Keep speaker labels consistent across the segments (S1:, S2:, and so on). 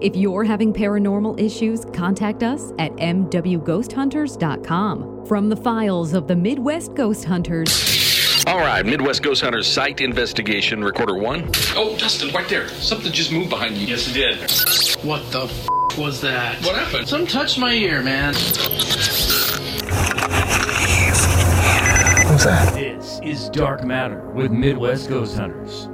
S1: If you're having paranormal issues, contact us at mwghosthunters.com. From the files of the Midwest Ghost Hunters,
S2: All right, Midwest Ghost Hunters site investigation, recorder one.
S3: Oh, Dustin, right there. Something just moved behind you.
S4: Yes, it did.
S5: What the f- was that?
S3: What happened?
S5: Some touched my ear, man.
S4: This is Dark Matter with Midwest Ghost Hunters.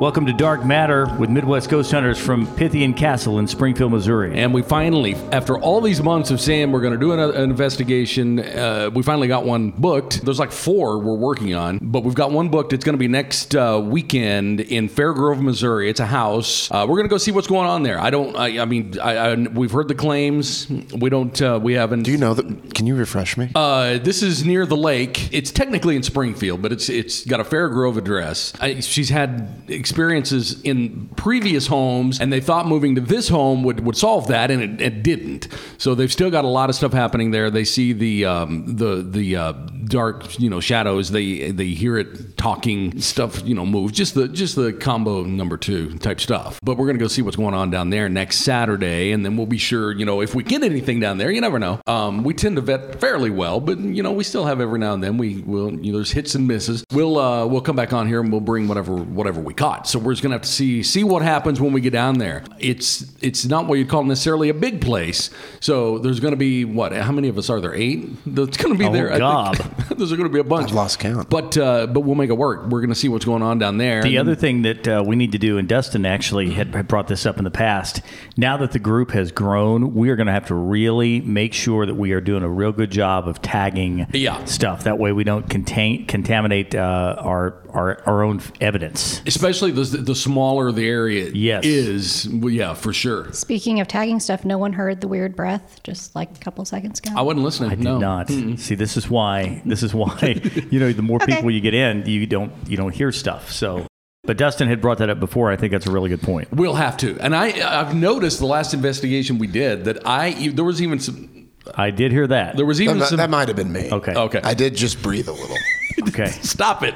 S4: Welcome to Dark Matter with Midwest Ghost Hunters from Pythian Castle in Springfield, Missouri.
S6: And we finally, after all these months of saying we're going to do an, an investigation, uh, we finally got one booked. There's like four we're working on, but we've got one booked. It's going to be next uh, weekend in Fairgrove, Missouri. It's a house. Uh, we're going to go see what's going on there. I don't. I, I mean, I, I, we've heard the claims. We don't. Uh, we haven't.
S7: Do you know that? Can you refresh me?
S6: Uh, this is near the lake. It's technically in Springfield, but it's it's got a Fairgrove address. I, she's had experiences in previous homes, and they thought moving to this home would, would solve that, and it, it didn't. So they've still got a lot of stuff happening there. They see the um, the the uh, dark you know shadows. They they hear it talking stuff you know move. Just the just the combo number two type stuff. But we're gonna go see what's going on down there next Saturday, and then we'll be sure you know if we get anything down there. You never know. Um, we tend to vet fairly well, but you know we still have every now and then we will you know there's hits and misses. We'll uh, we'll come back on here and we'll bring whatever whatever we caught. So we're just gonna have to see see what happens when we get down there. It's it's not what you'd call necessarily a big place. So there's gonna be what? How many of us are there? Eight? That's gonna be
S4: Oh,
S6: there. I think.
S4: God.
S6: there's gonna be a bunch.
S7: I've lost count.
S6: But uh, but we'll make it work. We're gonna see what's going on down there.
S4: The
S6: And
S4: other thing that uh, we need to do, and Dustin actually had, had brought this up in the past, now that the group has grown, we are going to have to really make sure that we are doing a real good job of tagging
S6: Yeah.
S4: stuff. That way we don't contain, contaminate uh, our, our, our own evidence.
S6: Especially the, the smaller the area
S4: Yes.
S6: is, well, yeah, for sure.
S8: Speaking of tagging stuff, no one heard the weird breath just like a couple seconds ago.
S6: I wasn't listening.
S4: I did
S6: no.
S4: not. See, this is why. This is why. You know, the more people you get in, you don't you don't hear stuff. So, but Dustin had brought that up before. I think that's a really good point.
S6: We'll have to. And I I've noticed the last investigation we did that I there was even some
S4: I did hear that.
S6: there was
S7: That,
S6: even
S7: mi-
S6: some
S7: that might have been me.
S4: Okay.
S6: okay.
S7: I did just breathe a little.
S4: Okay.
S6: Stop it.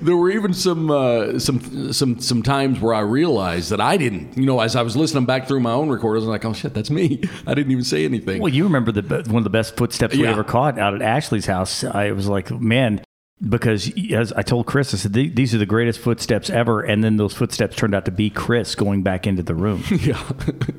S6: There were even some uh, some some some times where I realized that I didn't, you know, as I was listening back through my own recorders, I'm like, oh shit, that's me. I didn't even say anything.
S4: Well, you remember the be- one of the best footsteps we
S6: Yeah.
S4: ever caught out at Ashley's house. I was like, man, because as I told Chris, I said "The- these are the greatest footsteps ever, and then those footsteps turned out to be Chris going back into the room.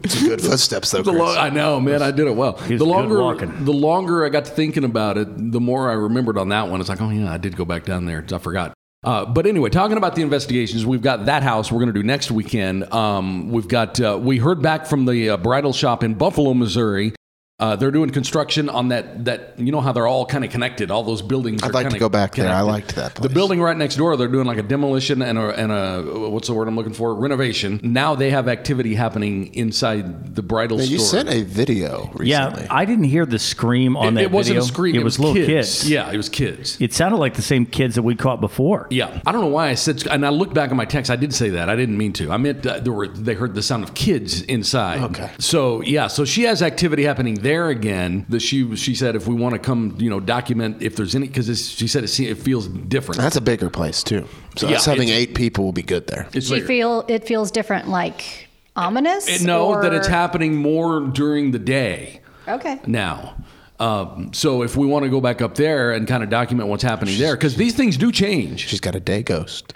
S7: It's good footsteps though.
S6: The lo-
S7: Chris.
S6: I know, man. I did it well.
S4: was
S6: the
S4: good
S6: longer,
S4: walking.
S6: the longer I got to thinking about it, the more I remembered on that one. It's like, oh yeah, I did go back down there. I forgot. Uh, but anyway, talking about the investigations, we've got that house we're going to do next weekend. Um, we've got uh, we heard back from the uh, bridal shop in Buffalo, Missouri. Uh, they're doing construction on that that you know how they're all kind of connected. All those buildings.
S7: I'd
S6: are
S7: like to
S6: kinda
S7: go back there. I
S6: connected.
S7: liked that
S6: The
S7: place.
S6: building right next door, they're doing like a demolition and a, and a what's the word I'm looking for? Renovation. Now they have activity happening inside the bridal
S7: Now,
S6: store.
S7: you sent a video recently.
S4: yeah, I didn't hear the scream on
S6: it,
S4: that
S6: it wasn't
S4: video.
S6: a scream.
S4: It, was, little kids.
S6: Yeah, it was kids.
S4: It sounded like the same kids that we caught before.
S6: Yeah, I don't know why I said. And I looked back at my text. I did say that. I didn't mean to. I meant uh, there were. They heard the sound of kids inside.
S7: Okay.
S6: So yeah. So she has activity happening there again. That she she said if we want to come, you know, document if there's any because she said it, se- it feels different.
S7: That's a bigger place too. So
S6: Yeah,
S7: us having
S6: it's-
S7: eight people will be good there.
S6: It's
S8: Do you
S6: bigger.
S8: feel it feels different, like ominous?
S6: It- no, that
S8: or-
S6: it's happening more during the day
S8: Okay.
S6: now. Um, so if we want to go back up there and kind of document what's happening there, because these things do change.
S7: She's got a day ghost.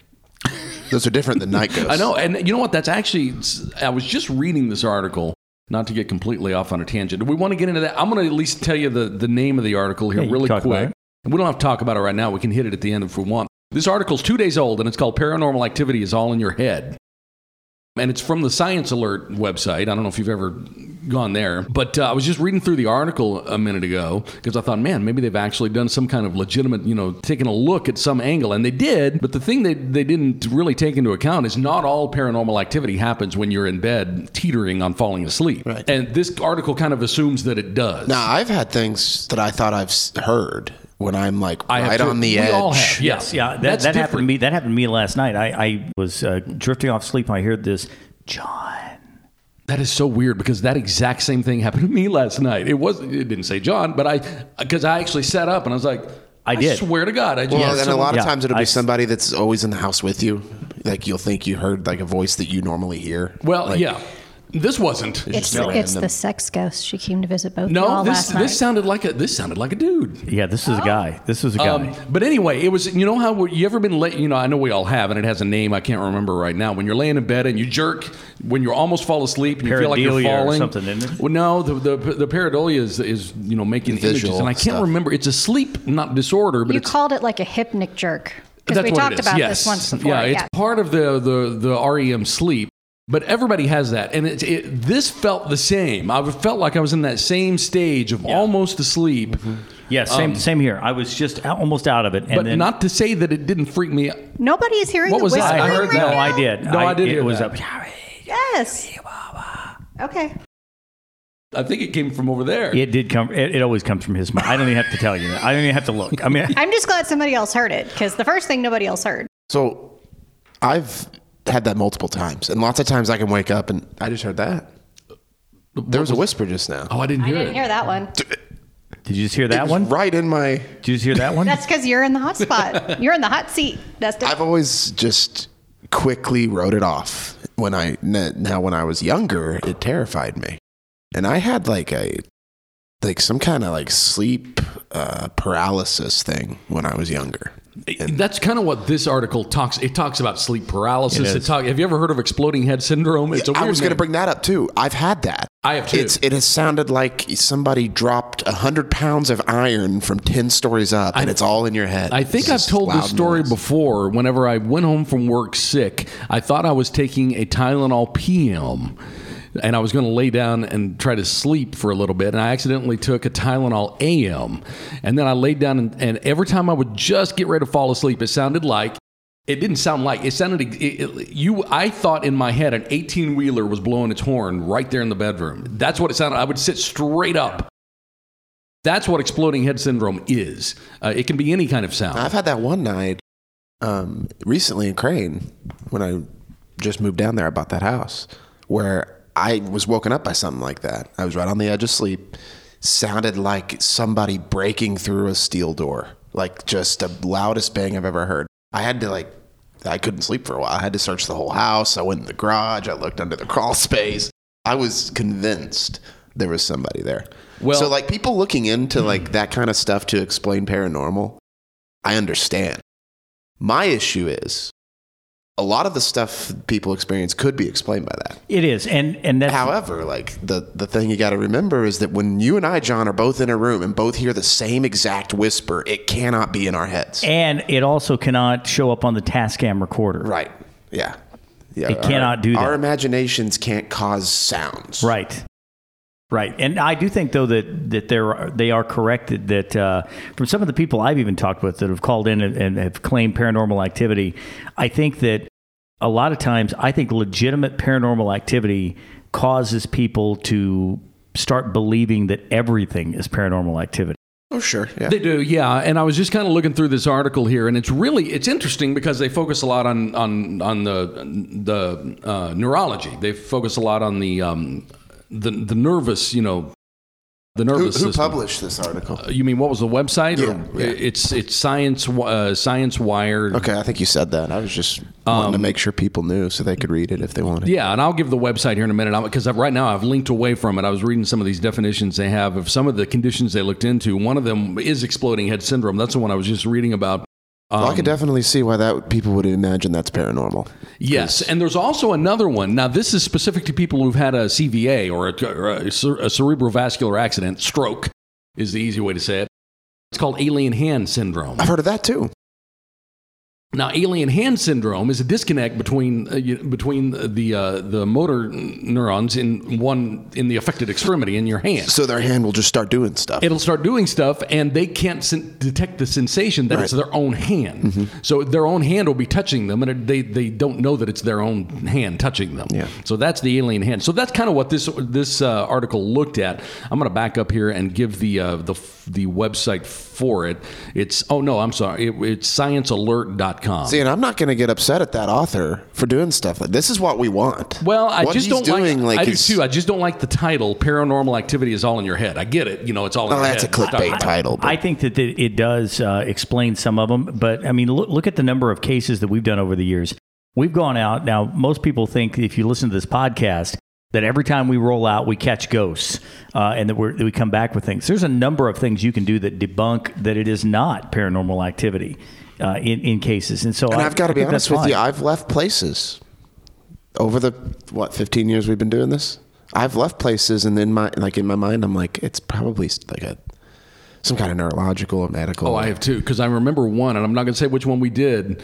S7: Those are different than night ghosts.
S6: I know, and you know what? That's actually. I was just reading this article. Not to get completely off on a tangent. Do we want to get into that? I'm going to at least tell you the, the name of the article here
S4: Yeah, you
S6: really
S4: can talk about
S6: quick.
S4: it.
S6: And we don't have to talk about it right now. We can hit it at the end if we want. This article's two days old, and it's called "Paranormal Activity Is All in Your Head." and it's from the Science Alert website. I don't know if you've ever gone there, but uh, I was just reading through the article a minute ago because I thought, man, maybe they've actually done some kind of legitimate, you know, taking a look at some angle, and they did. But the thing they they didn't really take into account is not all paranormal activity happens when you're in bed teetering on falling asleep,
S7: Right.
S6: and this article kind of assumes that it does.
S7: Now I've had things that I thought I've s- heard when I'm like
S6: I have
S7: right
S6: too.
S7: on the
S6: We
S7: edge.
S6: all have. Yeah.
S4: Yes, yeah. That,
S6: That's
S4: that happened to
S6: different.
S4: me. That happened to me last night. I, I was uh, drifting off sleep. and I heard this, John.
S6: That is so weird because that exact same thing happened to me last night. It was it didn't say John, but I because I actually sat up and I was like,
S4: I did.
S6: swear to God, I just.
S7: Well, and a lot of
S4: Yeah.
S7: times it'll
S4: I-
S7: be somebody that's always in the house with you. Like you'll think you heard like a voice that you normally hear.
S6: Well,
S7: Like,
S6: yeah, this wasn't.
S8: It's,
S7: no
S8: it's
S7: random.
S8: the sex ghost. She came to visit both of
S6: No,
S8: y'all
S6: this
S8: last night.
S6: this sounded like a this sounded like a dude.
S4: Yeah, this is a guy. This is a guy.
S6: Um, but anyway, it was you know how you ever been late? You know, I know we all have, and it has a name I can't remember right now. When you're laying in bed and you jerk, when you almost fall asleep and you feel like you're
S4: Pareidolia or
S6: falling,
S4: something, isn't it?
S6: Well, no, the the, the pareidolia is is you know making images,
S7: Visual
S6: and I can't
S7: stuff.
S6: remember. It's a sleep not disorder, but
S8: you
S6: it's
S8: called it like a hypnic jerk because
S6: that's
S8: we
S6: what it
S8: talked
S6: is,
S8: about
S6: yes.
S8: this once before.
S6: Yeah,
S8: Yeah,
S6: it's part of the the the REM sleep. But everybody has that, and it, it, this felt the same. I felt like I was in that same stage of almost asleep.
S8: Mm-hmm.
S4: yeah, same same here. I was just out, almost out of it, and
S6: um, But
S4: then
S6: not to say that it didn't freak me.
S8: Nobody is hearing
S6: What
S8: the
S6: was
S8: whispering
S6: that?
S4: I heard
S8: right
S4: no,
S8: now?
S4: I did.
S6: No, I did
S4: It
S6: hear
S4: was
S6: that.
S4: up.
S8: Yes. Okay.
S6: I think it came from over there.
S4: It did come. It, it always comes from his mouth. I don't even have to tell you that. I don't even have to look. I mean,
S8: I'm just glad somebody else heard it because the first thing nobody else heard.
S7: So I've had that multiple times, and lots of times I can wake up and I just heard that. There was a whisper just now.
S6: oh, I didn't hear
S8: I
S6: it.
S8: didn't hear that one.
S4: did you just hear
S7: It
S4: that
S7: was
S4: one?
S7: right in my.
S4: Did you just hear that one?
S8: That's because you're in the hot spot. You're in the hot seat, Dustin.
S7: I've always just quickly wrote it off when I n- now when I was younger, it terrified me, and I had like a like some kind of like sleep uh, paralysis thing when I was younger.
S6: It- That's kind of what this article talks. It talks about sleep paralysis.
S4: It
S6: It
S4: is.
S6: talk, have you ever heard of exploding head syndrome? It's a
S7: I
S6: weird
S7: was going to
S6: name.
S7: bring that up too. I've had that.
S6: I have too.
S7: It's, it has sounded like somebody dropped hundred pounds of iron from ten stories up, and it's all in your head.
S6: I
S7: It's
S6: think I've
S7: just
S6: told
S7: loud
S6: this story
S7: noise.
S6: before. Whenever I went home from work sick, I thought I was taking a Tylenol PM and I was going to lay down and try to sleep for a little bit. And I accidentally took a Tylenol AM. And then I laid down, and, and every time I would just get ready to fall asleep, it sounded like it didn't sound like it sounded. It, it- you, I thought in my head an eighteen wheeler was blowing its horn right there in the bedroom. That's what it sounded. I would sit straight up. That's what exploding head syndrome is. Uh, it can be any kind of sound.
S7: I've had that one night um, recently in Crane when I just moved down there. I bought that house where I was woken up by something like that. I was right on the edge of sleep. Sounded like somebody breaking through a steel door, like just the loudest bang I've ever heard. I had to like, I couldn't sleep for a while. I had to search the whole house. I went in the garage. I looked under the crawl space. I was convinced there was somebody there.
S6: Well-
S7: so like people looking into like that kind of stuff to explain paranormal, I understand. My issue is a lot of the stuff people experience could be explained by that.
S4: it is, and and that's
S7: However, like the, the thing you got to remember is that when you and I, John, are both in a room and both hear the same exact whisper, it cannot be in our heads.
S4: and it also cannot show up on the Tascam recorder.
S7: right. Yeah. Yeah.
S4: It
S7: our-
S4: cannot do that.
S7: Our imaginations can't cause sounds.
S4: Right. Right. And I do think though that that there are, they are correct that, that uh, from some of the people I've even talked with that have called in and, and have claimed paranormal activity, I think that a lot of times I think legitimate paranormal activity causes people to start believing that everything is paranormal activity.
S7: Oh, sure. Yeah.
S6: They do, yeah. And I was just kind of looking through this article here, and it's really it's interesting because they focus a lot on on on the the uh, neurology. They focus a lot on the um, the the nervous, you know, the
S7: Who,
S6: nervous
S7: who
S6: system.
S7: published this article?
S6: You mean what was the website?
S7: Yeah,
S6: Or-
S7: yeah.
S6: It's it's science Wi- uh, science wire.
S7: Okay, I think you said that. I was just wanting to
S4: Um,
S7: make sure people knew so they could read it if they wanted.
S6: Yeah, and I'll give the website here in a minute because right now I've linked away from it. I was reading some of these definitions they have of some of the conditions they looked into. One of them is exploding head syndrome. That's the one I was just reading about.
S7: Well, I could
S4: um,
S7: definitely see why that would- people would imagine that's paranormal.
S6: Yes, and there's also another one. Now, this is specific to people who've had a CVA or a, or a cer- a cerebrovascular accident. Stroke is the easy way to say it. It's called alien hand syndrome.
S7: I've heard of that too.
S6: Now, alien hand syndrome is a disconnect between uh, you- between the uh, the motor neurons in one in the affected extremity in your hand.
S7: So their hand will just start doing stuff.
S6: It'll start doing stuff, and they can't sen- detect the sensation that it's
S7: Right. Mm-hmm.
S6: their own hand. So their own hand will be touching them, and it, they they don't know that it's their own hand touching them.
S7: Yeah.
S6: So that's the alien hand. So that's kind of what this this uh, article looked at. I'm going to back up here and give the uh, the the website for it. It's oh no, I'm sorry. It, it's sciencealert.com.
S7: See, and I'm not going to get upset at that author for doing stuff like this. Is what we want.
S6: Well, I
S7: What
S6: just
S7: he's
S6: don't
S7: doing,
S6: like. I do
S7: is-
S6: too. I just don't like the title. Paranormal activity is all in your head. I get it. You know, it's all. in
S7: Well,
S6: your
S7: Oh, that's a
S6: head. We're talking
S7: clickbait
S6: about-
S7: title. But
S4: I think that it it does uh, explain some of them, but I mean, look, look at the number of cases that we've done over the years. We've gone out now. Most people think if you listen to this podcast that every time we roll out, we catch ghosts uh, and that, we're, that we come back with things. There's a number of things you can do that debunk that it is not paranormal activity uh, in, in cases. And so,
S7: and I've got to be
S4: think
S7: honest
S4: that's
S7: with you,
S4: fine.
S7: I've left places over the what 15 years we've been doing this. I've left places, and then my like in my mind, I'm like, it's probably s- like a some kind of neurological or medical.
S6: Oh, I have two because I remember one, and I'm not going to say which one we did.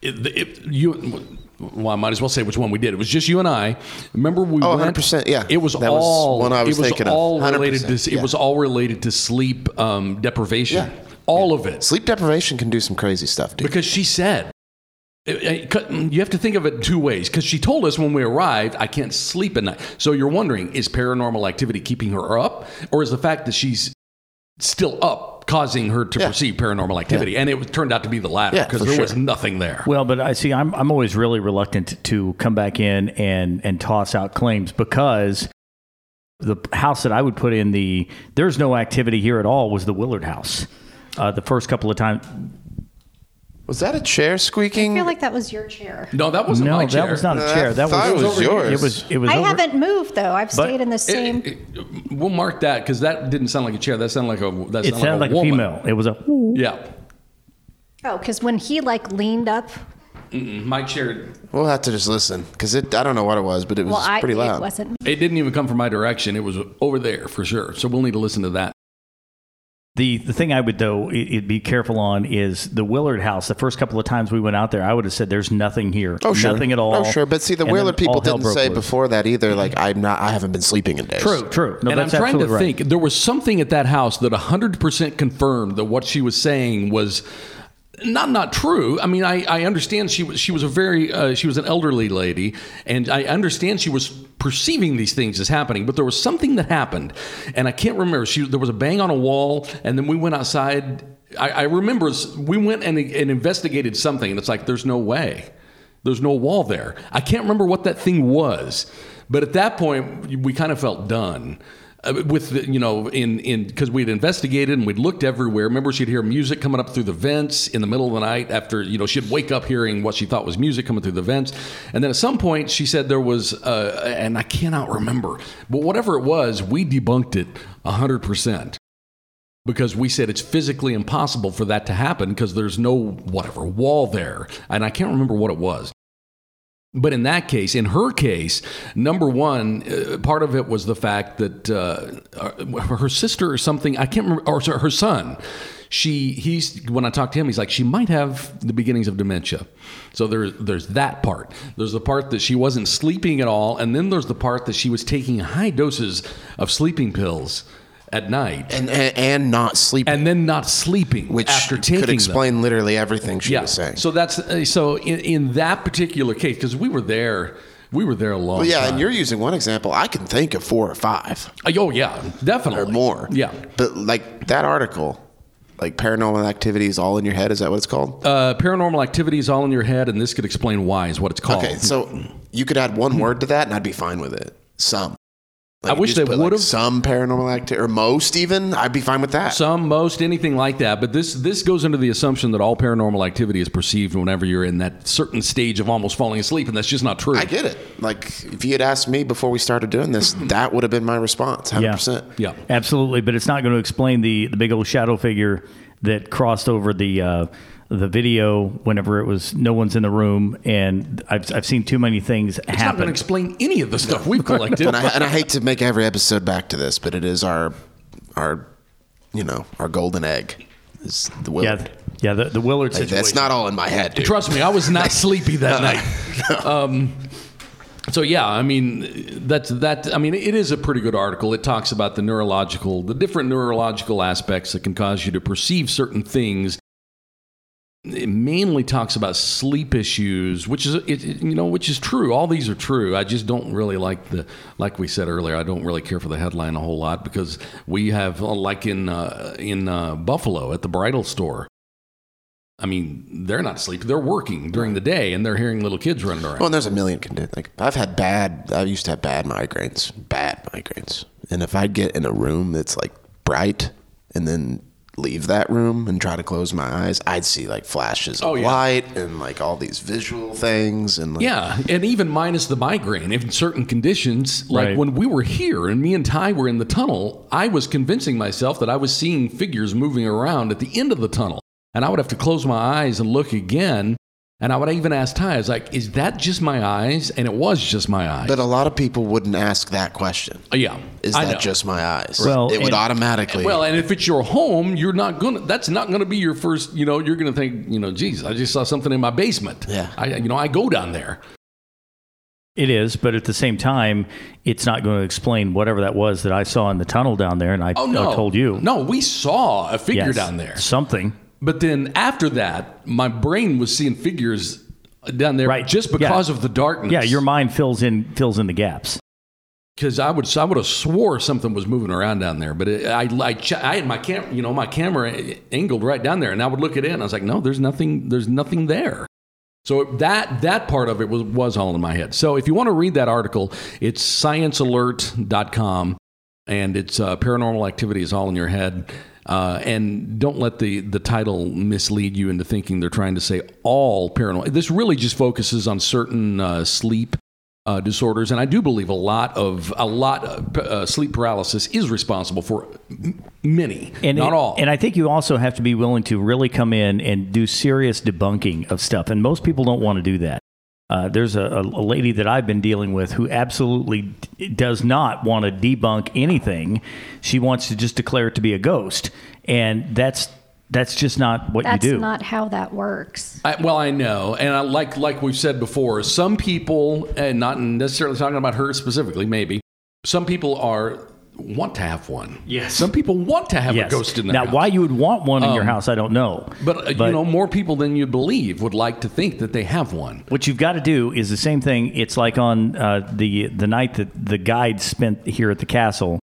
S6: It, it, you, well, I might as well say which one we did. It was just you and I. Remember we
S7: Oh,
S6: went-
S7: 100%, yeah.
S6: it was
S7: That was
S6: all.
S7: one I was
S6: it was
S7: thinking of.
S6: all related
S7: 100%,
S6: to.
S7: yeah.
S6: It was all related to sleep um, deprivation.
S7: Yeah.
S6: All of it.
S7: Sleep deprivation can do some crazy stuff, dude.
S6: Because she said, it- it cut- you have to think of it two ways. Because she told us when we arrived, I can't sleep at night. So you're wondering, is paranormal activity keeping her up, or is the fact that she's still up causing her to
S7: Yeah.
S6: perceive paranormal activity? And it was- turned out to be the latter
S7: Yeah,
S6: because
S7: for
S6: there was
S7: sure.
S6: nothing there.
S4: Well, but I see. I'm I'm always really reluctant to, to come back in and and toss out claims because the house that I would put in the there's no activity here at all was the Willard house. Uh, the first couple of times,
S7: Was that a chair
S8: I
S7: squeaking?
S8: feel like that was your chair.
S6: no, that wasn't
S4: no,
S6: my
S4: that
S6: chair.
S4: was not a
S7: Uh, I
S4: chair. That
S7: thought it
S4: was,
S7: was
S4: over-
S7: yours.
S4: It was. It was.
S8: I
S4: over-
S8: haven't moved though. I've
S4: But
S8: stayed in the
S6: It-
S8: same.
S6: it- we'll mark that because that didn't sound like a chair. That sounded like a. That
S4: It sounded like a
S6: woman.
S4: female. It was a.
S6: Yeah,
S8: oh, because when he like leaned up,
S6: my chair.
S7: we'll have to just listen because it. I don't know what it was, but it was
S8: well, I
S7: pretty loud.
S8: it wasn't.
S6: It didn't even come from my direction. It was over there for sure. So we'll need to listen to that.
S4: The, the thing I would though it, it'd be careful on is the Willard House. The first couple of times we went out there, I would have said, "There's nothing here,
S7: Oh sure,
S4: nothing at all."
S7: Oh sure, but see, the
S4: And then
S7: Wheeler people
S4: all hell
S7: didn't
S4: broke
S7: say
S4: loose.
S7: before that either. Like I'm not, I haven't been sleeping in days.
S4: True, true. No,
S6: and I'm
S4: that's
S6: trying to
S4: absolutely right.
S6: think. There was something at that house that 100% confirmed that what she was saying was not not true. I mean, I, I understand she was she was a very uh, she was an elderly lady, and I understand she was perceiving these things as happening. But there was something that happened, and I can't remember. She there was a bang on a wall, and then we went outside. I, I remember s- we went and, and investigated something, and it's like there's no way. There's no wall there. I can't remember what that thing was, but at that point we kind of felt done Uh, with the, you know in in because we'd investigated and we'd looked everywhere. Remember, she'd hear music coming up through the vents in the middle of the night. After you know, she'd wake up hearing what she thought was music coming through the vents, and then at some point she said there was, uh, and I cannot remember, but whatever it was, we debunked it hundred percent because we said it's physically impossible for that to happen because there's no whatever wall there and i can't remember what it was but in that case in her case number one uh, part of it was the fact that uh, uh, her sister or something i can't remember or sorry, her son she he's when i talked to him he's like she might have the beginnings of dementia so there, there's that part there's the part that she wasn't sleeping at all and then there's the part that she was taking high doses of sleeping pills at night
S7: and and, and not sleeping,
S6: and then not sleeping
S7: which
S6: after taking
S7: could
S6: them.
S7: explain literally everything she
S6: Yeah.
S7: was saying.
S6: So that's uh, so in, in that particular case because we were there, we were there a long.
S7: Well, yeah,
S6: time.
S7: and you're using one example. I can think of four or five
S6: Oh yeah, definitely
S7: or more.
S6: Yeah.
S7: but like that article, like paranormal activities all in your head. Is that what it's called?
S6: Uh, paranormal activity is all in your head, and this could explain why is what it's called.
S7: okay, so you could add one word to that, and I'd be fine with it. Some. Like,
S6: I
S7: you
S6: wish
S7: just
S6: they
S7: put, like,
S6: would've.
S7: some paranormal activity or most even. I'd be fine with that.
S6: some, most, anything like that. But this this goes into the assumption that all paranormal activity is perceived whenever you're in that certain stage of almost falling asleep, and that's just not true.
S7: I get it. Like if you had asked me before we started doing this, that would have been my response, hundred percent.
S6: Yeah.
S4: Absolutely, but it's not going to explain the the big old shadow figure that crossed over the uh, the video whenever it was no one's in the room, and I've I've seen too many things
S6: It's not going to
S4: happen.
S6: explain any of the stuff we've collected.
S7: And I, and I hate to make every episode back to this, but it is our our you know our golden egg. Is the will.
S4: yeah, yeah, the, the Willard
S7: Like,
S4: situation.
S7: that's not all in my head, dude.
S6: Trust me, I was not sleepy that night. Um, so yeah, I mean that's that. I mean it is a pretty good article. It talks about the neurological, the different neurological aspects that can cause you to perceive certain things it mainly talks about sleep issues, which is it, it- you know which is true. All these are true. I just don't really like the like we said earlier. I don't really care for the headline a whole lot because we have uh, like in uh, in uh, Buffalo at the bridal store. I mean, they're not sleeping; they're working during the day, and they're hearing little kids running around.
S7: Well, and there's a million condi Like I've had bad. I used to have bad migraines, bad migraines. And if I get in a room that's like bright, and then leave that room and try to close my eyes, I'd see like flashes of
S6: Oh, yeah.
S7: light and like all these visual things. And like,
S6: Yeah, and even minus the migraine, if in certain conditions, like
S4: Right.
S6: when we were here and me and Ty were in the tunnel, I was convincing myself that I was seeing figures moving around at the end of the tunnel. And I would have to close my eyes and look again. And I would even ask Ty, I was like, is that just my eyes? And it was just my eyes. Uh,
S7: But a lot of people wouldn't ask that question.
S6: yeah.
S7: Is
S6: I
S7: that
S6: know.
S7: just my eyes?
S4: Well,
S7: it would
S4: and-
S7: automatically.
S6: Well, and if it's your home, you're not gonna. That's not gonna be your first. You know, you're gonna think. You know, geez, I just saw something in my basement.
S7: Yeah.
S6: I, you know, I go down there.
S4: It is, but at the same time, it's not going to explain whatever that was that I saw in the tunnel down there, and I
S6: Oh no!
S4: I told you.
S6: No, we saw a figure
S4: Yes.
S6: down there.
S4: Something.
S6: But then after that, my brain was seeing figures down there
S4: Right.
S6: just
S4: Yeah.
S6: because of the darkness.
S4: Yeah, your mind fills in fills in the gaps.
S6: because I would I would have swore something was moving around down there. But it, I I, ch- I had my cam you know my camera angled right down there, and I would look at it in. I was like, no, there's nothing there's nothing there. So that that part of it was was all in my head. So if you want to read that article, it's sciencealert.com and it's uh, paranormal activity is all in your head. Uh, and don't let the, the title mislead you into thinking they're trying to say all paranormal. This really just focuses on certain uh, sleep uh, disorders, and I do believe a lot of a lot of, p- uh, sleep paralysis is responsible for m- many,
S4: And
S6: not
S4: it-
S6: all.
S4: And I think you also have to be willing to really come in and do serious debunking of stuff. And most people don't want to do that. Uh, there's a, a a lady that I've been dealing with who absolutely d- does not want to debunk anything. She wants to just declare it to be a ghost, and that's that's just not what
S8: That's
S4: you do.
S8: not how that works.
S6: I, well, I know, and I like like we've said before, some people, and not necessarily talking about her specifically, maybe some people are want to have one.
S5: Yes.
S6: some people want to have
S4: Yes.
S6: a ghost in their
S4: now,
S6: house. Um,
S4: why you would want one in your house, I don't know.
S6: But, uh, you know, more people than you believe would like to think that they have one.
S4: What you've got to do is the same thing. It's like on uh, the the night that the guide spent here at the castle.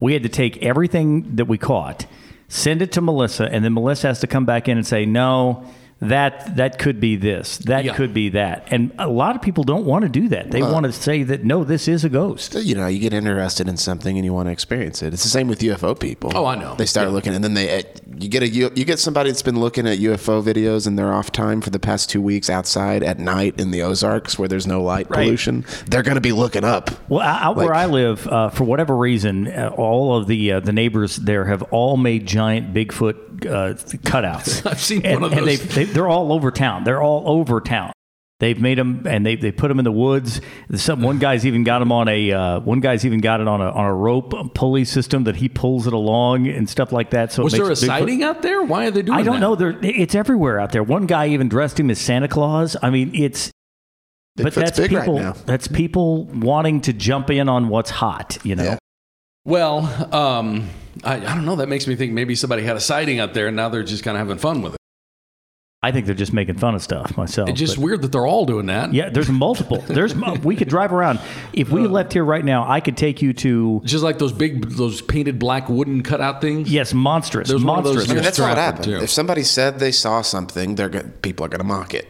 S4: We had to take everything that we caught, send it to Melissa, and then Melissa has to come back in and say, "No, that that could be this, that
S6: Yeah.
S4: could be that." And a lot of people don't want to do that. They want to say that no, this is a ghost.
S7: you know, you get interested in something and you want to experience it. It's the same with UFO people.
S6: Oh, I know.
S7: They start looking, and then they eh, you get a you get somebody that's been looking at UFO videos in their off time for the past two weeks outside at night in the Ozarks where there's no light
S4: Right.
S7: pollution. They're going to be looking up.
S4: Well, out out where
S7: Like-
S4: I live, uh, for whatever reason, uh, all of the uh, the neighbors there have all made giant Bigfoot uh, cutouts.
S6: I've seen
S4: and,
S6: one of
S4: and
S6: those.
S4: they've- they, they're all over town. They're all over town. They've made them and they, they put them in the woods. Some one guy's even got him on a uh, one guy's even got it on a on a rope pulley system that he pulls it along and stuff like that. So it
S6: Was
S4: makes
S6: there a
S4: Bigfoot-
S6: sighting out there? Why are they doing?
S4: I don't
S6: that?
S4: know. There, it's everywhere out there. One guy even dressed him as Santa Claus. I mean, it's but
S7: Bigfoot's
S4: that's
S7: big right
S4: people.
S7: now.
S4: That's people wanting to jump in on what's hot. You know.
S7: Yeah.
S6: Well, um, I, I don't know. That makes me think maybe somebody had a sighting out there, and now they're just kind of having fun with it.
S4: I think they're just making fun of stuff myself.
S6: It's just
S4: Oh, but-
S6: weird that they're all doing that.
S4: yeah, there's multiple. There's mu- we could drive around. If
S6: Uh,
S4: we left here right now, I could take you to
S6: Just like those big, those painted black wooden cutout things.
S4: yes, monstrous.
S6: There's one of those
S7: I
S4: monstrous.
S7: mean,
S6: You're
S7: that's what
S6: strapped
S7: happened.
S6: too.
S7: If somebody said they saw something, they're go- people are going to mock it.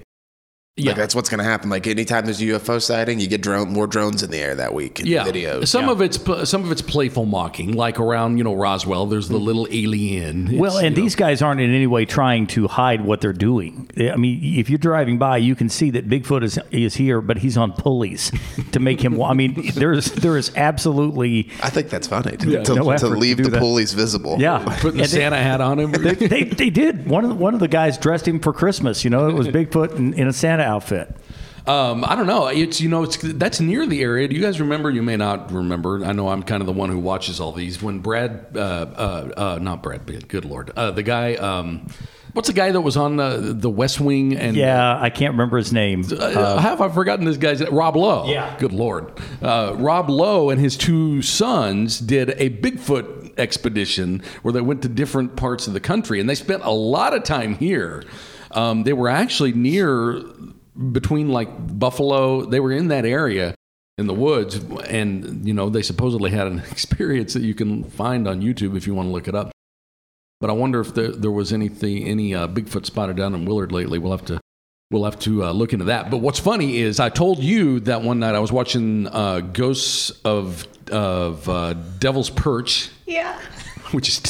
S6: yeah.
S7: Like that's what's going to happen. Like anytime there's a UFO sighting, you get drone more drones in the air that week. and
S6: yeah.
S7: videos.
S6: Some of it's pl- some of it's playful mocking, like around you know Roswell. There's the little alien. It's,
S4: Well, and
S6: you know,
S4: these guys aren't in any way trying to hide what they're doing. I mean, if you're driving by, you can see that Bigfoot is is here, but he's on pulleys to make him. I mean, there's there is absolutely
S7: I think that's funny to, to,
S4: no
S7: to
S4: effort to
S7: leave
S4: do
S7: the
S4: that.
S7: pulleys visible.
S4: yeah.
S6: putting the
S4: And they-
S6: Santa hat on him.
S4: They, they did. One of the, one of the guys dressed him for Christmas. You know, it was Bigfoot in, in a Santa outfit.
S6: Um, I don't know. It's you know, it's that's near the area. Do you guys remember? You may not remember. I know I'm kind of the one who watches all these. When Brad, uh, uh, uh, not Brad Pitt, good lord, uh, the guy. Um, what's the guy that was on the the West Wing and
S4: Yeah, I can't remember his name.
S6: uh, have I forgotten this guy's name? Rob Lowe?
S4: Yeah.
S6: Good Lord. Uh, Rob Lowe and his two sons did a Bigfoot expedition where they went to different parts of the country and they spent a lot of time here. Um, they were actually near between like Buffalo. They were in that area in the woods, and you know they supposedly had an experience that you can find on YouTube if you want to look it up. But I wonder if there, there was anything any uh, Bigfoot spotted down in Willard lately. We'll have to we'll have to uh, look into that. But what's funny is I told you that one night I was watching uh, Ghosts of of uh, Devil's Perch. Yeah. Which is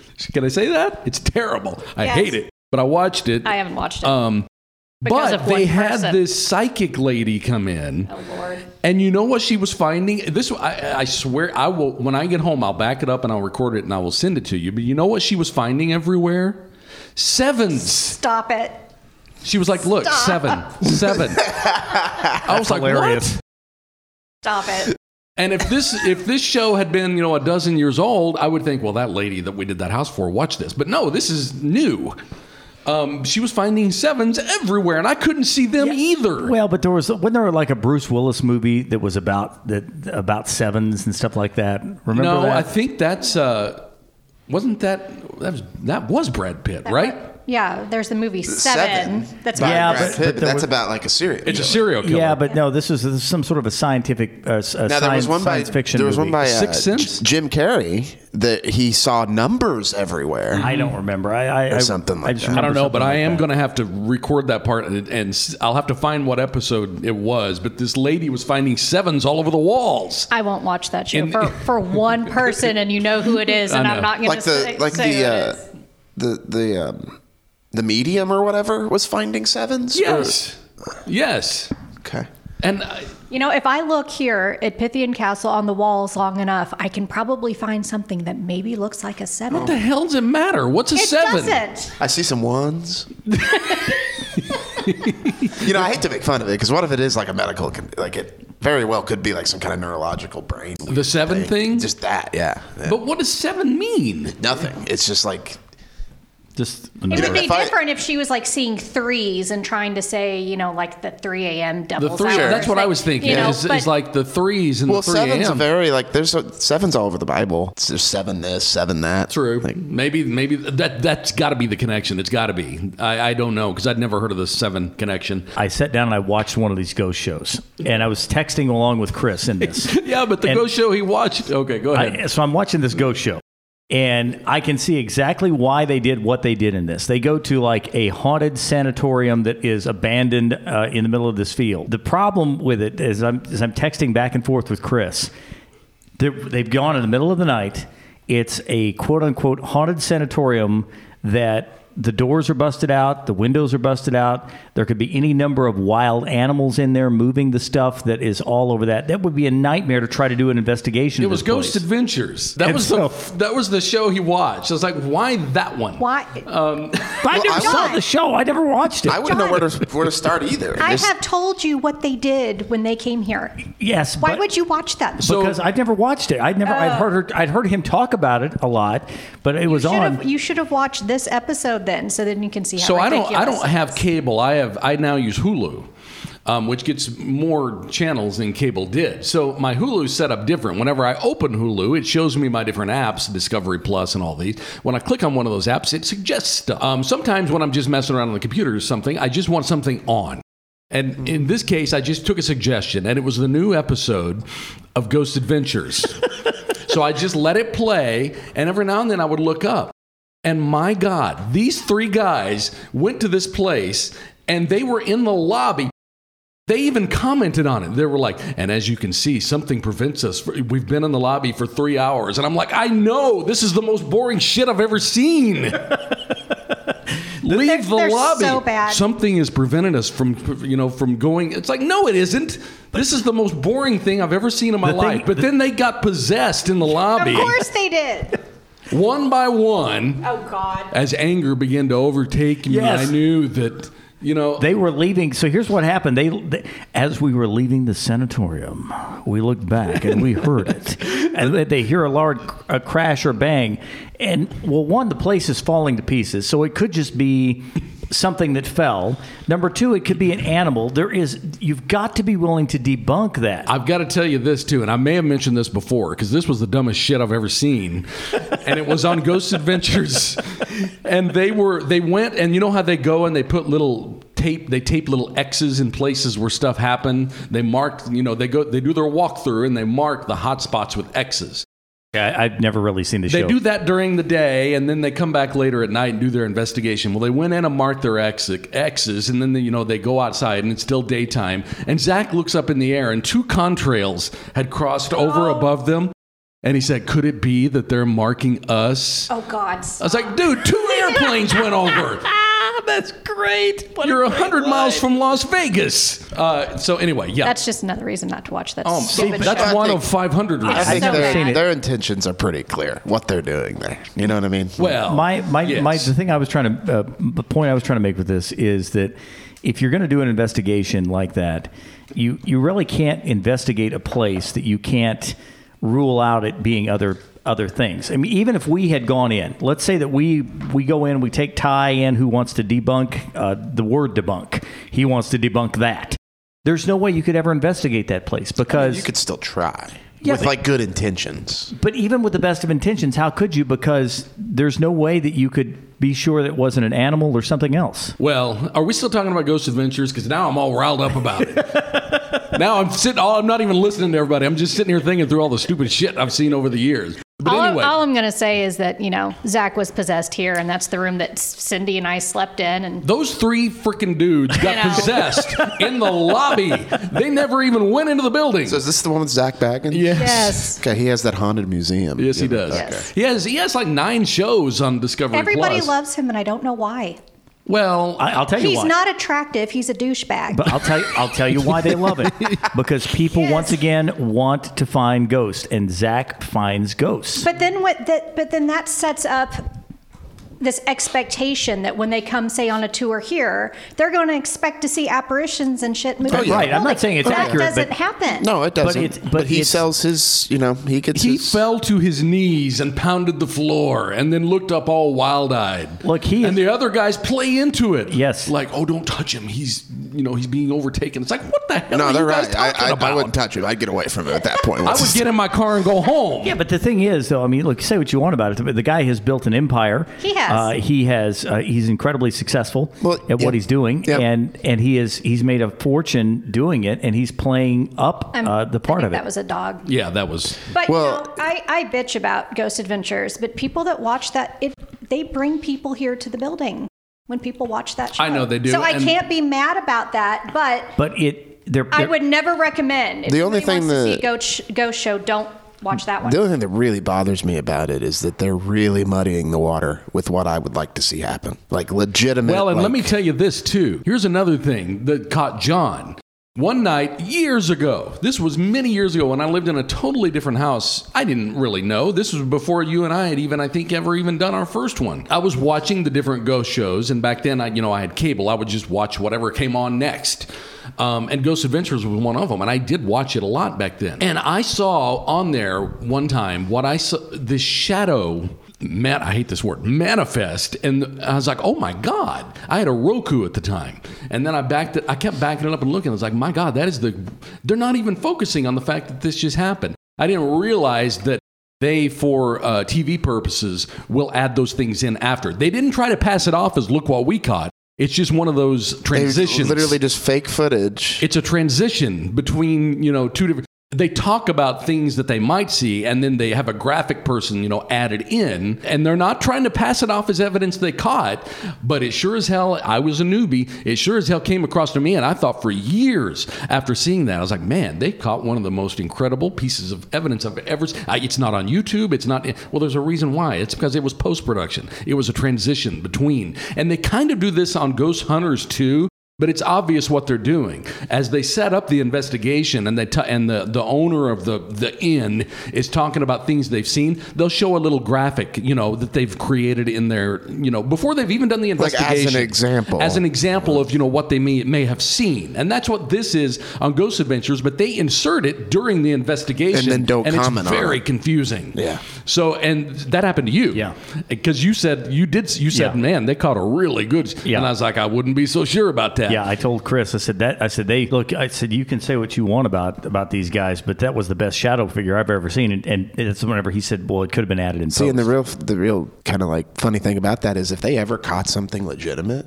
S6: can I say that? It's terrible. I
S9: Yes.
S6: hate it. But I watched it.
S9: I haven't watched it.
S6: Um,
S9: Because
S6: but
S9: of
S6: they
S9: one
S6: had
S9: person.
S6: this psychic lady come in.
S9: oh Lord.
S6: And you know what she was finding? This I, I swear I will. When I get home, I'll back it up and I'll record it and I will send it to you. But you know what she was finding everywhere? Sevens.
S9: Stop it.
S6: She was like, "Look, seven, seven. I was like,
S4: hilarious.
S6: "What?"
S9: Stop it.
S6: And if this if this show had been you know a dozen years old, I would think, "Well, that lady that we did that house for, watch this." But no, this is new. Um, she was finding sevens everywhere, and I couldn't see them either.
S4: Well, but there was wasn't there like a Bruce Willis movie that was about that about sevens and stuff like that. Remember
S6: no,
S4: that?
S6: I think that's uh, wasn't that that was that was Brad Pitt, right?
S8: Yeah, there's the movie Seven. That's
S7: by
S4: Yeah,
S7: Brad
S4: but-
S7: Pitt,
S4: but there
S7: that's
S4: were-
S7: about like a serial.
S6: It's a
S7: killer.
S6: serial killer.
S4: yeah, but no, this was, this was some sort of a scientific uh, s- a
S7: Now
S4: science,
S7: there was one by
S4: science fiction.
S7: there was
S4: movie.
S7: one by uh,
S6: Sixth Sense?
S7: J- Jim Carrey that he saw numbers everywhere.
S4: I don't remember. I, I
S7: Or
S4: I-
S7: something like
S4: I, just
S7: that.
S6: I don't
S4: remember
S6: know, but
S4: something
S6: I
S4: like
S6: am
S4: that.
S6: going to have to record that part, and, and s- I'll have to find what episode it was. But this lady was finding sevens all over the walls.
S8: I won't watch that show
S6: In-
S8: for, for one person, and you know who it is,
S6: I
S8: and
S6: know.
S8: I'm not going
S7: like
S8: to
S7: the
S8: say,
S7: like
S8: say
S7: the
S8: who it
S7: uh,
S8: is.
S7: the the um, the medium or whatever was finding sevens. Or-
S6: Yes, yes,
S7: okay.
S6: and uh, I,
S8: You know, if I look here at Pythian Castle on the walls long enough, I can probably find something that maybe looks like a seven.
S6: what the hell does it matter? What's a
S8: It
S6: 7
S8: doesn't.
S7: I see some ones. you know, I hate to make fun of it because what if it is like a medical, con- like it very well could be like some kind of neurological brain.
S6: The seven thing?
S7: Just that, yeah. Yeah.
S6: But what does seven mean?
S7: Nothing. It's just like
S4: just
S8: It would be
S7: If I-
S8: different if she was like seeing threes and trying to say, you know, like the 3 a.m.
S6: The
S8: doubles.
S6: three.
S8: hours.
S6: That's what I
S8: Like,
S6: was thinking.
S8: You know,
S6: is,
S8: but
S6: is like the threes and
S7: well,
S6: the three
S7: seven's
S6: a.m.
S7: very like there's a, sevens all over the Bible. It's- There's seven this, seven that.
S6: True.
S7: Like,
S6: maybe maybe that that's got to be the connection. It's got to be. I, I don't know because I'd never heard of the seven connection.
S4: I sat down and I watched one of these ghost shows, and I was texting along with Chris in this.
S6: Yeah, but the
S4: And-
S6: ghost show he watched. Okay, go ahead.
S4: I, so I'm watching this ghost show, and I can see exactly why they did what they did in this. They go to like a haunted sanatorium that is abandoned uh, in the middle of this field. The problem with it is I'm as I'm texting back and forth with Chris. They're, they've gone in the middle of the night. It's a quote unquote haunted sanatorium that the doors are busted out, the windows are busted out. There could be any number of wild animals in there moving the stuff that is all over that. That would be a nightmare to try to do an investigation.
S6: It
S4: of
S6: was
S4: this place.
S6: Ghost Adventures. That
S4: And
S6: was
S4: so-
S6: the that was the show he watched. I was like, why that one? Um,
S8: Why?
S4: I never
S7: I
S4: saw
S7: would-
S4: the show. I never watched it.
S7: I wouldn't know where to where to start either.
S8: I
S7: There's-
S8: have told you what they did when they came here.
S4: yes.
S8: Why
S4: but-
S8: would you watch that?
S6: So-
S4: Because I'd never watched it. I'd never. I'd heard. Her, I'd heard him talk about it a lot, but it was
S8: you should
S4: on.
S8: Have, you should have watched this episode then, so then you can see how.
S6: so I don't I
S8: ridiculous
S6: don't
S8: it
S6: have
S8: is.
S6: cable. I have I now use Hulu. Um, which gets more channels than cable did. So my Hulu set up different. Whenever I open Hulu, it shows me my different apps, Discovery Plus and all these. When I click on one of those apps, it suggests stuff. Um, sometimes when I'm just messing around on the computer or something, I just want something on.
S8: Mm.
S6: And in this case, I just took a suggestion, and it was the new episode of Ghost Adventures. so I just let it play, and every now and then I would look up. And my God, these three guys went to this place, and they were in the lobby. They even commented on it. They were like, and as you can see, something prevents us. We've been in the lobby for three hours. And I'm like, I know, this is the most boring shit I've ever seen. Leave the
S8: they're
S6: lobby.
S8: so bad.
S6: Something is preventing us from, you know, from going. It's like, no, it isn't. This is the most boring thing I've ever seen in my
S4: The thing-
S6: life. but then they got possessed in the lobby,
S8: Of course they did.
S6: one by one.
S9: Oh God.
S6: As anger began to overtake me,
S4: Yes.
S6: I knew that, you know,
S4: they were leaving. So here's what happened. They, they, as we were leaving the sanatorium, we looked back and we heard it, and they- they hear a large a crash or bang, and well, one the place is falling to pieces. So it could just be something that fell. Number two, it could be an animal. There is you've got to be willing to debunk that.
S6: I've got to tell you this too, and I may have mentioned this before because this was the dumbest shit I've ever seen, and it was on Ghost Adventures, and they were they went and you know how they go and they put little tape they tape little X's in places where stuff happened. They marked you know they go they do their walkthrough and they mark the hot spots with X's.
S4: I, have never really seen the
S6: They
S4: show.
S6: do that during the day, and then they come back later at night and do their investigation. Well, they went in and marked their ex- exes, and then they, you know they go outside, and it's still daytime. And Zach looks up in the air, and two contrails had crossed over above them, and he said, "Could it be that they're marking us?"
S9: Oh God.
S6: I was like, "Dude, two airplanes went over."
S4: That's great.
S6: You're a hundred miles from Las Vegas. Uh, so anyway, yeah,
S8: That's just another reason not to watch that.
S6: Oh,
S8: stupid
S6: that's
S8: show.
S7: I
S6: one
S7: think-
S6: of five hundred
S7: I
S6: reasons.
S7: think
S8: so
S7: their,
S8: bad.
S7: their intentions are pretty clear. What they're doing there, you know what I mean?
S6: Well,
S4: my my, my
S6: yes.
S4: the thing I was trying to uh, the point I was trying to make with this is that if you're going to do an investigation like that, you you really can't investigate a place that you can't rule out it being other other things. I mean, even if we had gone in, let's say that we we go in, we take Ty in, who wants to debunk uh, the word debunk. He wants to debunk that. There's no way you could ever investigate that place because
S7: you could still try
S4: Yeah,
S7: with
S4: but-
S7: like good intentions.
S4: but even with the best of intentions, how could you? Because there's no way that you could be sure that it wasn't an animal or something else.
S6: Well, are we still talking about Ghost Adventures? Because now I'm all riled up about it. now I'm sitting. All, I'm not even listening to everybody. I'm just sitting here thinking through all the stupid shit I've seen over the years. But
S8: all,
S6: anyway,
S8: all I'm going to say is that, you know, Zach was possessed here, and that's the room that Cindy and I slept in. And
S6: those three freaking dudes got
S8: You know.
S6: possessed in the lobby. They never even went into the building.
S7: So is this the one with Zach Baggins?
S6: yes.
S8: yes,
S7: Okay, he has that haunted museum.
S6: Yes, he
S7: Yeah,
S6: does.
S7: okay.
S8: Yes.
S6: He has he has like nine shows on Discovery
S8: everybody
S6: Plus.
S8: loves him, and I don't know why.
S6: Well,
S4: I, I'll tell you
S8: He's
S4: why.
S8: not attractive. He's a douchebag.
S4: but I'll tell you, I'll tell you why they love it because people once again want to find ghosts, and Zach finds ghosts.
S8: But then what? That, but then that sets up this expectation that when they come, say, on a tour here, they're going to expect to see apparitions and shit. Moving
S7: yeah.
S4: Oh, Right, I'm not saying it's
S8: that
S4: accurate,
S8: That doesn't
S4: but-
S8: happen.
S7: No, it doesn't. But,
S4: it's- but
S7: he
S4: it's-
S7: sells his. You know, he gets.
S6: he
S7: his,
S6: fell to his knees and pounded the floor and then looked up all wild-eyed
S4: Look, he
S6: and
S4: is-
S6: the other guys play into it
S4: Yes.
S6: like oh don't touch him he's you know he's being overtaken it's like what the hell
S7: No,
S6: are
S7: they're
S6: you guys
S7: right.
S6: talking
S7: I, I,
S6: about
S7: I wouldn't touch him. I'd get away from him at that point.
S6: I would get in my car and go home
S4: Yeah, but the thing is, though, I mean, look, say what you want about it, but the guy has built an empire.
S8: He has.
S4: Uh, he has. Uh, he's incredibly successful
S7: Well,
S4: at
S7: yeah.
S4: what he's doing,
S7: Yeah.
S4: and and he is he's made a fortune doing it, and he's playing up
S8: I'm-
S4: uh, the
S8: I
S4: part
S8: think
S4: of it.
S8: That was a dog.
S6: yeah that was
S8: But
S7: Well-
S8: you know, I, I bitch about Ghost Adventures, but people that watch that, it they bring people here to the building when people watch that show.
S6: I know they do,
S8: So I
S6: and-
S8: can't be mad about that, but
S4: but it they're,
S8: I
S4: they're-
S8: would never recommend. If
S7: The only
S8: somebody
S7: thing
S8: wants to
S7: that-
S8: see Ghost, Sh- Ghost Show, don't watch that one.
S7: The only thing that really bothers me about it is that they're really muddying the water with what I would like to see happen. Like legitimate.
S6: Well, and let me
S7: like-
S6: tell you this too. Here's another thing that caught John. One night years ago, this was many years ago when I lived in a totally different house. I didn't really know. This was before you and I had even, I think, ever even done our first one. I was watching the different ghost shows, and back then, I, you know, I had cable. I would just watch whatever came on next. Um, and Ghost Adventures was one of them, and I did watch it a lot back then. And I saw on there one time what I saw this shadow man, I hate this word, manifest. And I was like, oh my God. I had a Roku at the time. And then I backed it, I kept backing it up and looking. I was like, my God, that is the, they're not even focusing on the fact that this just happened. I didn't realize that they, for uh, TV purposes, will add those things in after. They didn't try to pass it off as look what we caught. It's just one of those
S7: They
S6: transitions.
S7: Literally just fake footage.
S6: It's a transition between, you know, two different. They talk about things that they might see, and then they have a graphic person, you know, added in, and they're not trying to pass it off as evidence they caught, but it sure as hell, I was a newbie. It sure as hell came across to me, and I thought for years after seeing that, I was like, man, they caught one of the most incredible pieces of evidence I've ever. s- I, it's not on YouTube. It's not. Well, there's a reason why. It's because it was post production. It was a transition between, and they kind of do this on Ghost Hunters too But it's obvious what they're doing. As they set up the investigation and, they t- and the, the owner of the, the inn is talking about things they've seen, they'll show a little graphic, you know, that they've created in their, you know, before they've even done the
S7: Like, as an
S6: investigation.
S7: example.
S6: As an example of, you know, what they may, may have seen. And that's what this is on Ghost Adventures, but they insert it during the investigation.
S7: And then don't
S6: and
S7: comment on
S6: it's very
S7: it.
S6: confusing.
S7: Yeah.
S6: So, and that happened to you.
S4: Yeah.
S6: Because you said, you did, you said,
S4: Yeah.
S6: man, they caught a really good.
S4: Yeah.
S6: And I was like, I wouldn't be so sure about that.
S4: Yeah, I told Chris. I said that. I said they look. I said you can say what you want about about these guys, but that was the best shadow figure I've ever seen. And, and it's whenever he said, "Well, it could have been added in."
S7: See, and the
S4: post."
S7: real, the real kind of like funny thing about that is if they ever caught something legitimate,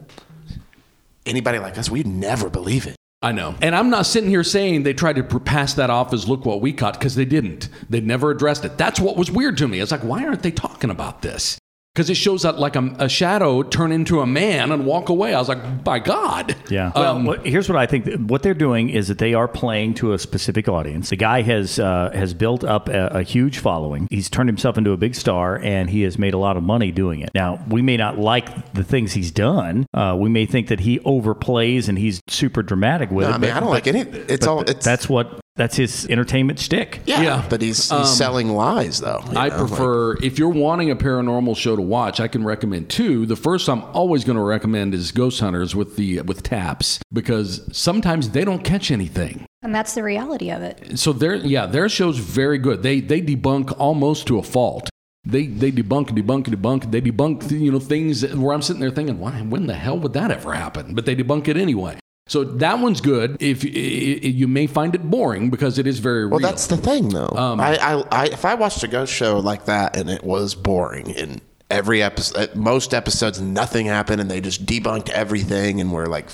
S7: anybody like us, we'd never believe it.
S6: I know. And I'm not sitting here saying they tried to pr- pass that off as look what we caught because they didn't. They never addressed it. That's what was weird to me. It's like, why aren't they talking about this? Because it shows that like a, a shadow turn into a man and walk away. I was like, by God.
S4: Yeah.
S6: Um,
S4: well, what- here's what I think. What they're doing is that they are playing to a specific audience. The guy has uh, has built up a, a huge following. He's turned himself into a big star, and he has made a lot of money doing it. Now, we may not like the things he's done. Uh, we may think that he overplays and he's super dramatic with
S7: No,
S4: it.
S7: I mean,
S4: but-
S7: I don't like any. It's all. It's
S4: that's what that's his entertainment shtick.
S7: yeah,
S6: Yeah.
S7: But he's, he's
S6: Um,
S7: selling lies, though. you
S6: I
S7: know, like-
S6: prefer if you're wanting a paranormal show to watch, I can recommend two. The first I'm always going to recommend is Ghost Hunters with the with Taps because sometimes they don't catch anything.
S8: And that's the reality of it.
S6: So their yeah, their show's very good. They they debunk almost to a fault. They they debunk debunk debunk. They debunk you know things where I'm sitting there thinking, why when the hell would that ever happen? But they debunk it anyway. So that one's good. If i i you may find it boring because it is very
S7: Well,
S6: real.
S7: that's the thing, though.
S6: Um,
S7: I, I, I, if I watched a ghost show like that and it was boring, and every episode, most episodes, nothing happened, and they just debunked everything, and were like,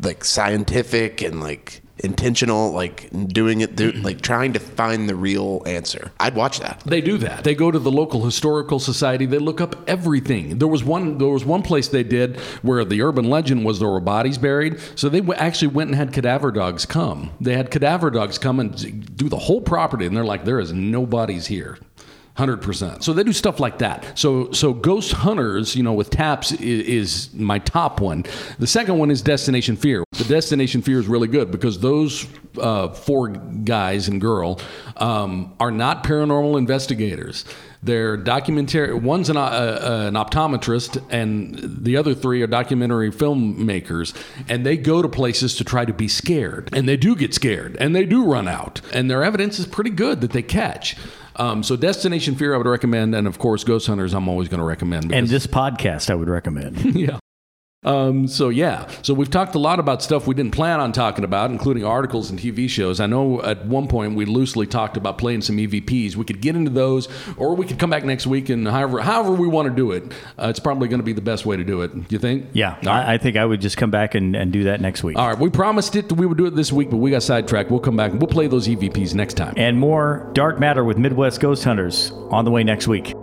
S7: like scientific and like intentional, like doing it, through, like trying to find the real answer. I'd watch that.
S6: They do that. They go to the local historical society. They look up everything. There was one. There was one place they did where the urban legend was there were bodies buried. So they w- actually went and had cadaver dogs come. They had cadaver dogs come and do the whole property, and they're like, there is no bodies here. 100%. So they do stuff like that. So so Ghost Hunters, you know, with Taps is, is my top one. The second one is Destination Fear. The Destination Fear is really good because those uh, four guys and girl um, are not paranormal investigators. They're documentary. One's an, uh, uh, an optometrist, and the other three are documentary filmmakers. And they go to places to try to be scared, and they do get scared, and they do run out. And their evidence is pretty good that they catch. Um, so Destination Fear, I would recommend, and of course Ghost Hunters, I'm always going to recommend.
S4: And
S6: because-
S4: this podcast, I would recommend.
S6: yeah. Um, so yeah, so we've talked a lot about stuff we didn't plan on talking about, including articles and TV shows. I know at one point we loosely talked about playing some EVPs. We could get into those, or we could come back next week and however however we want to do it. Uh, it's probably going to be the best way to do it. You think?
S4: yeah,
S6: All right.
S4: I, I think I would just come back and, and do that next week.
S6: All right. We promised it that we would do it this week, but we got sidetracked. We'll come back and we'll play those EVPs next time.
S4: and more Dark Matter with Midwest Ghost Hunters on the way next week.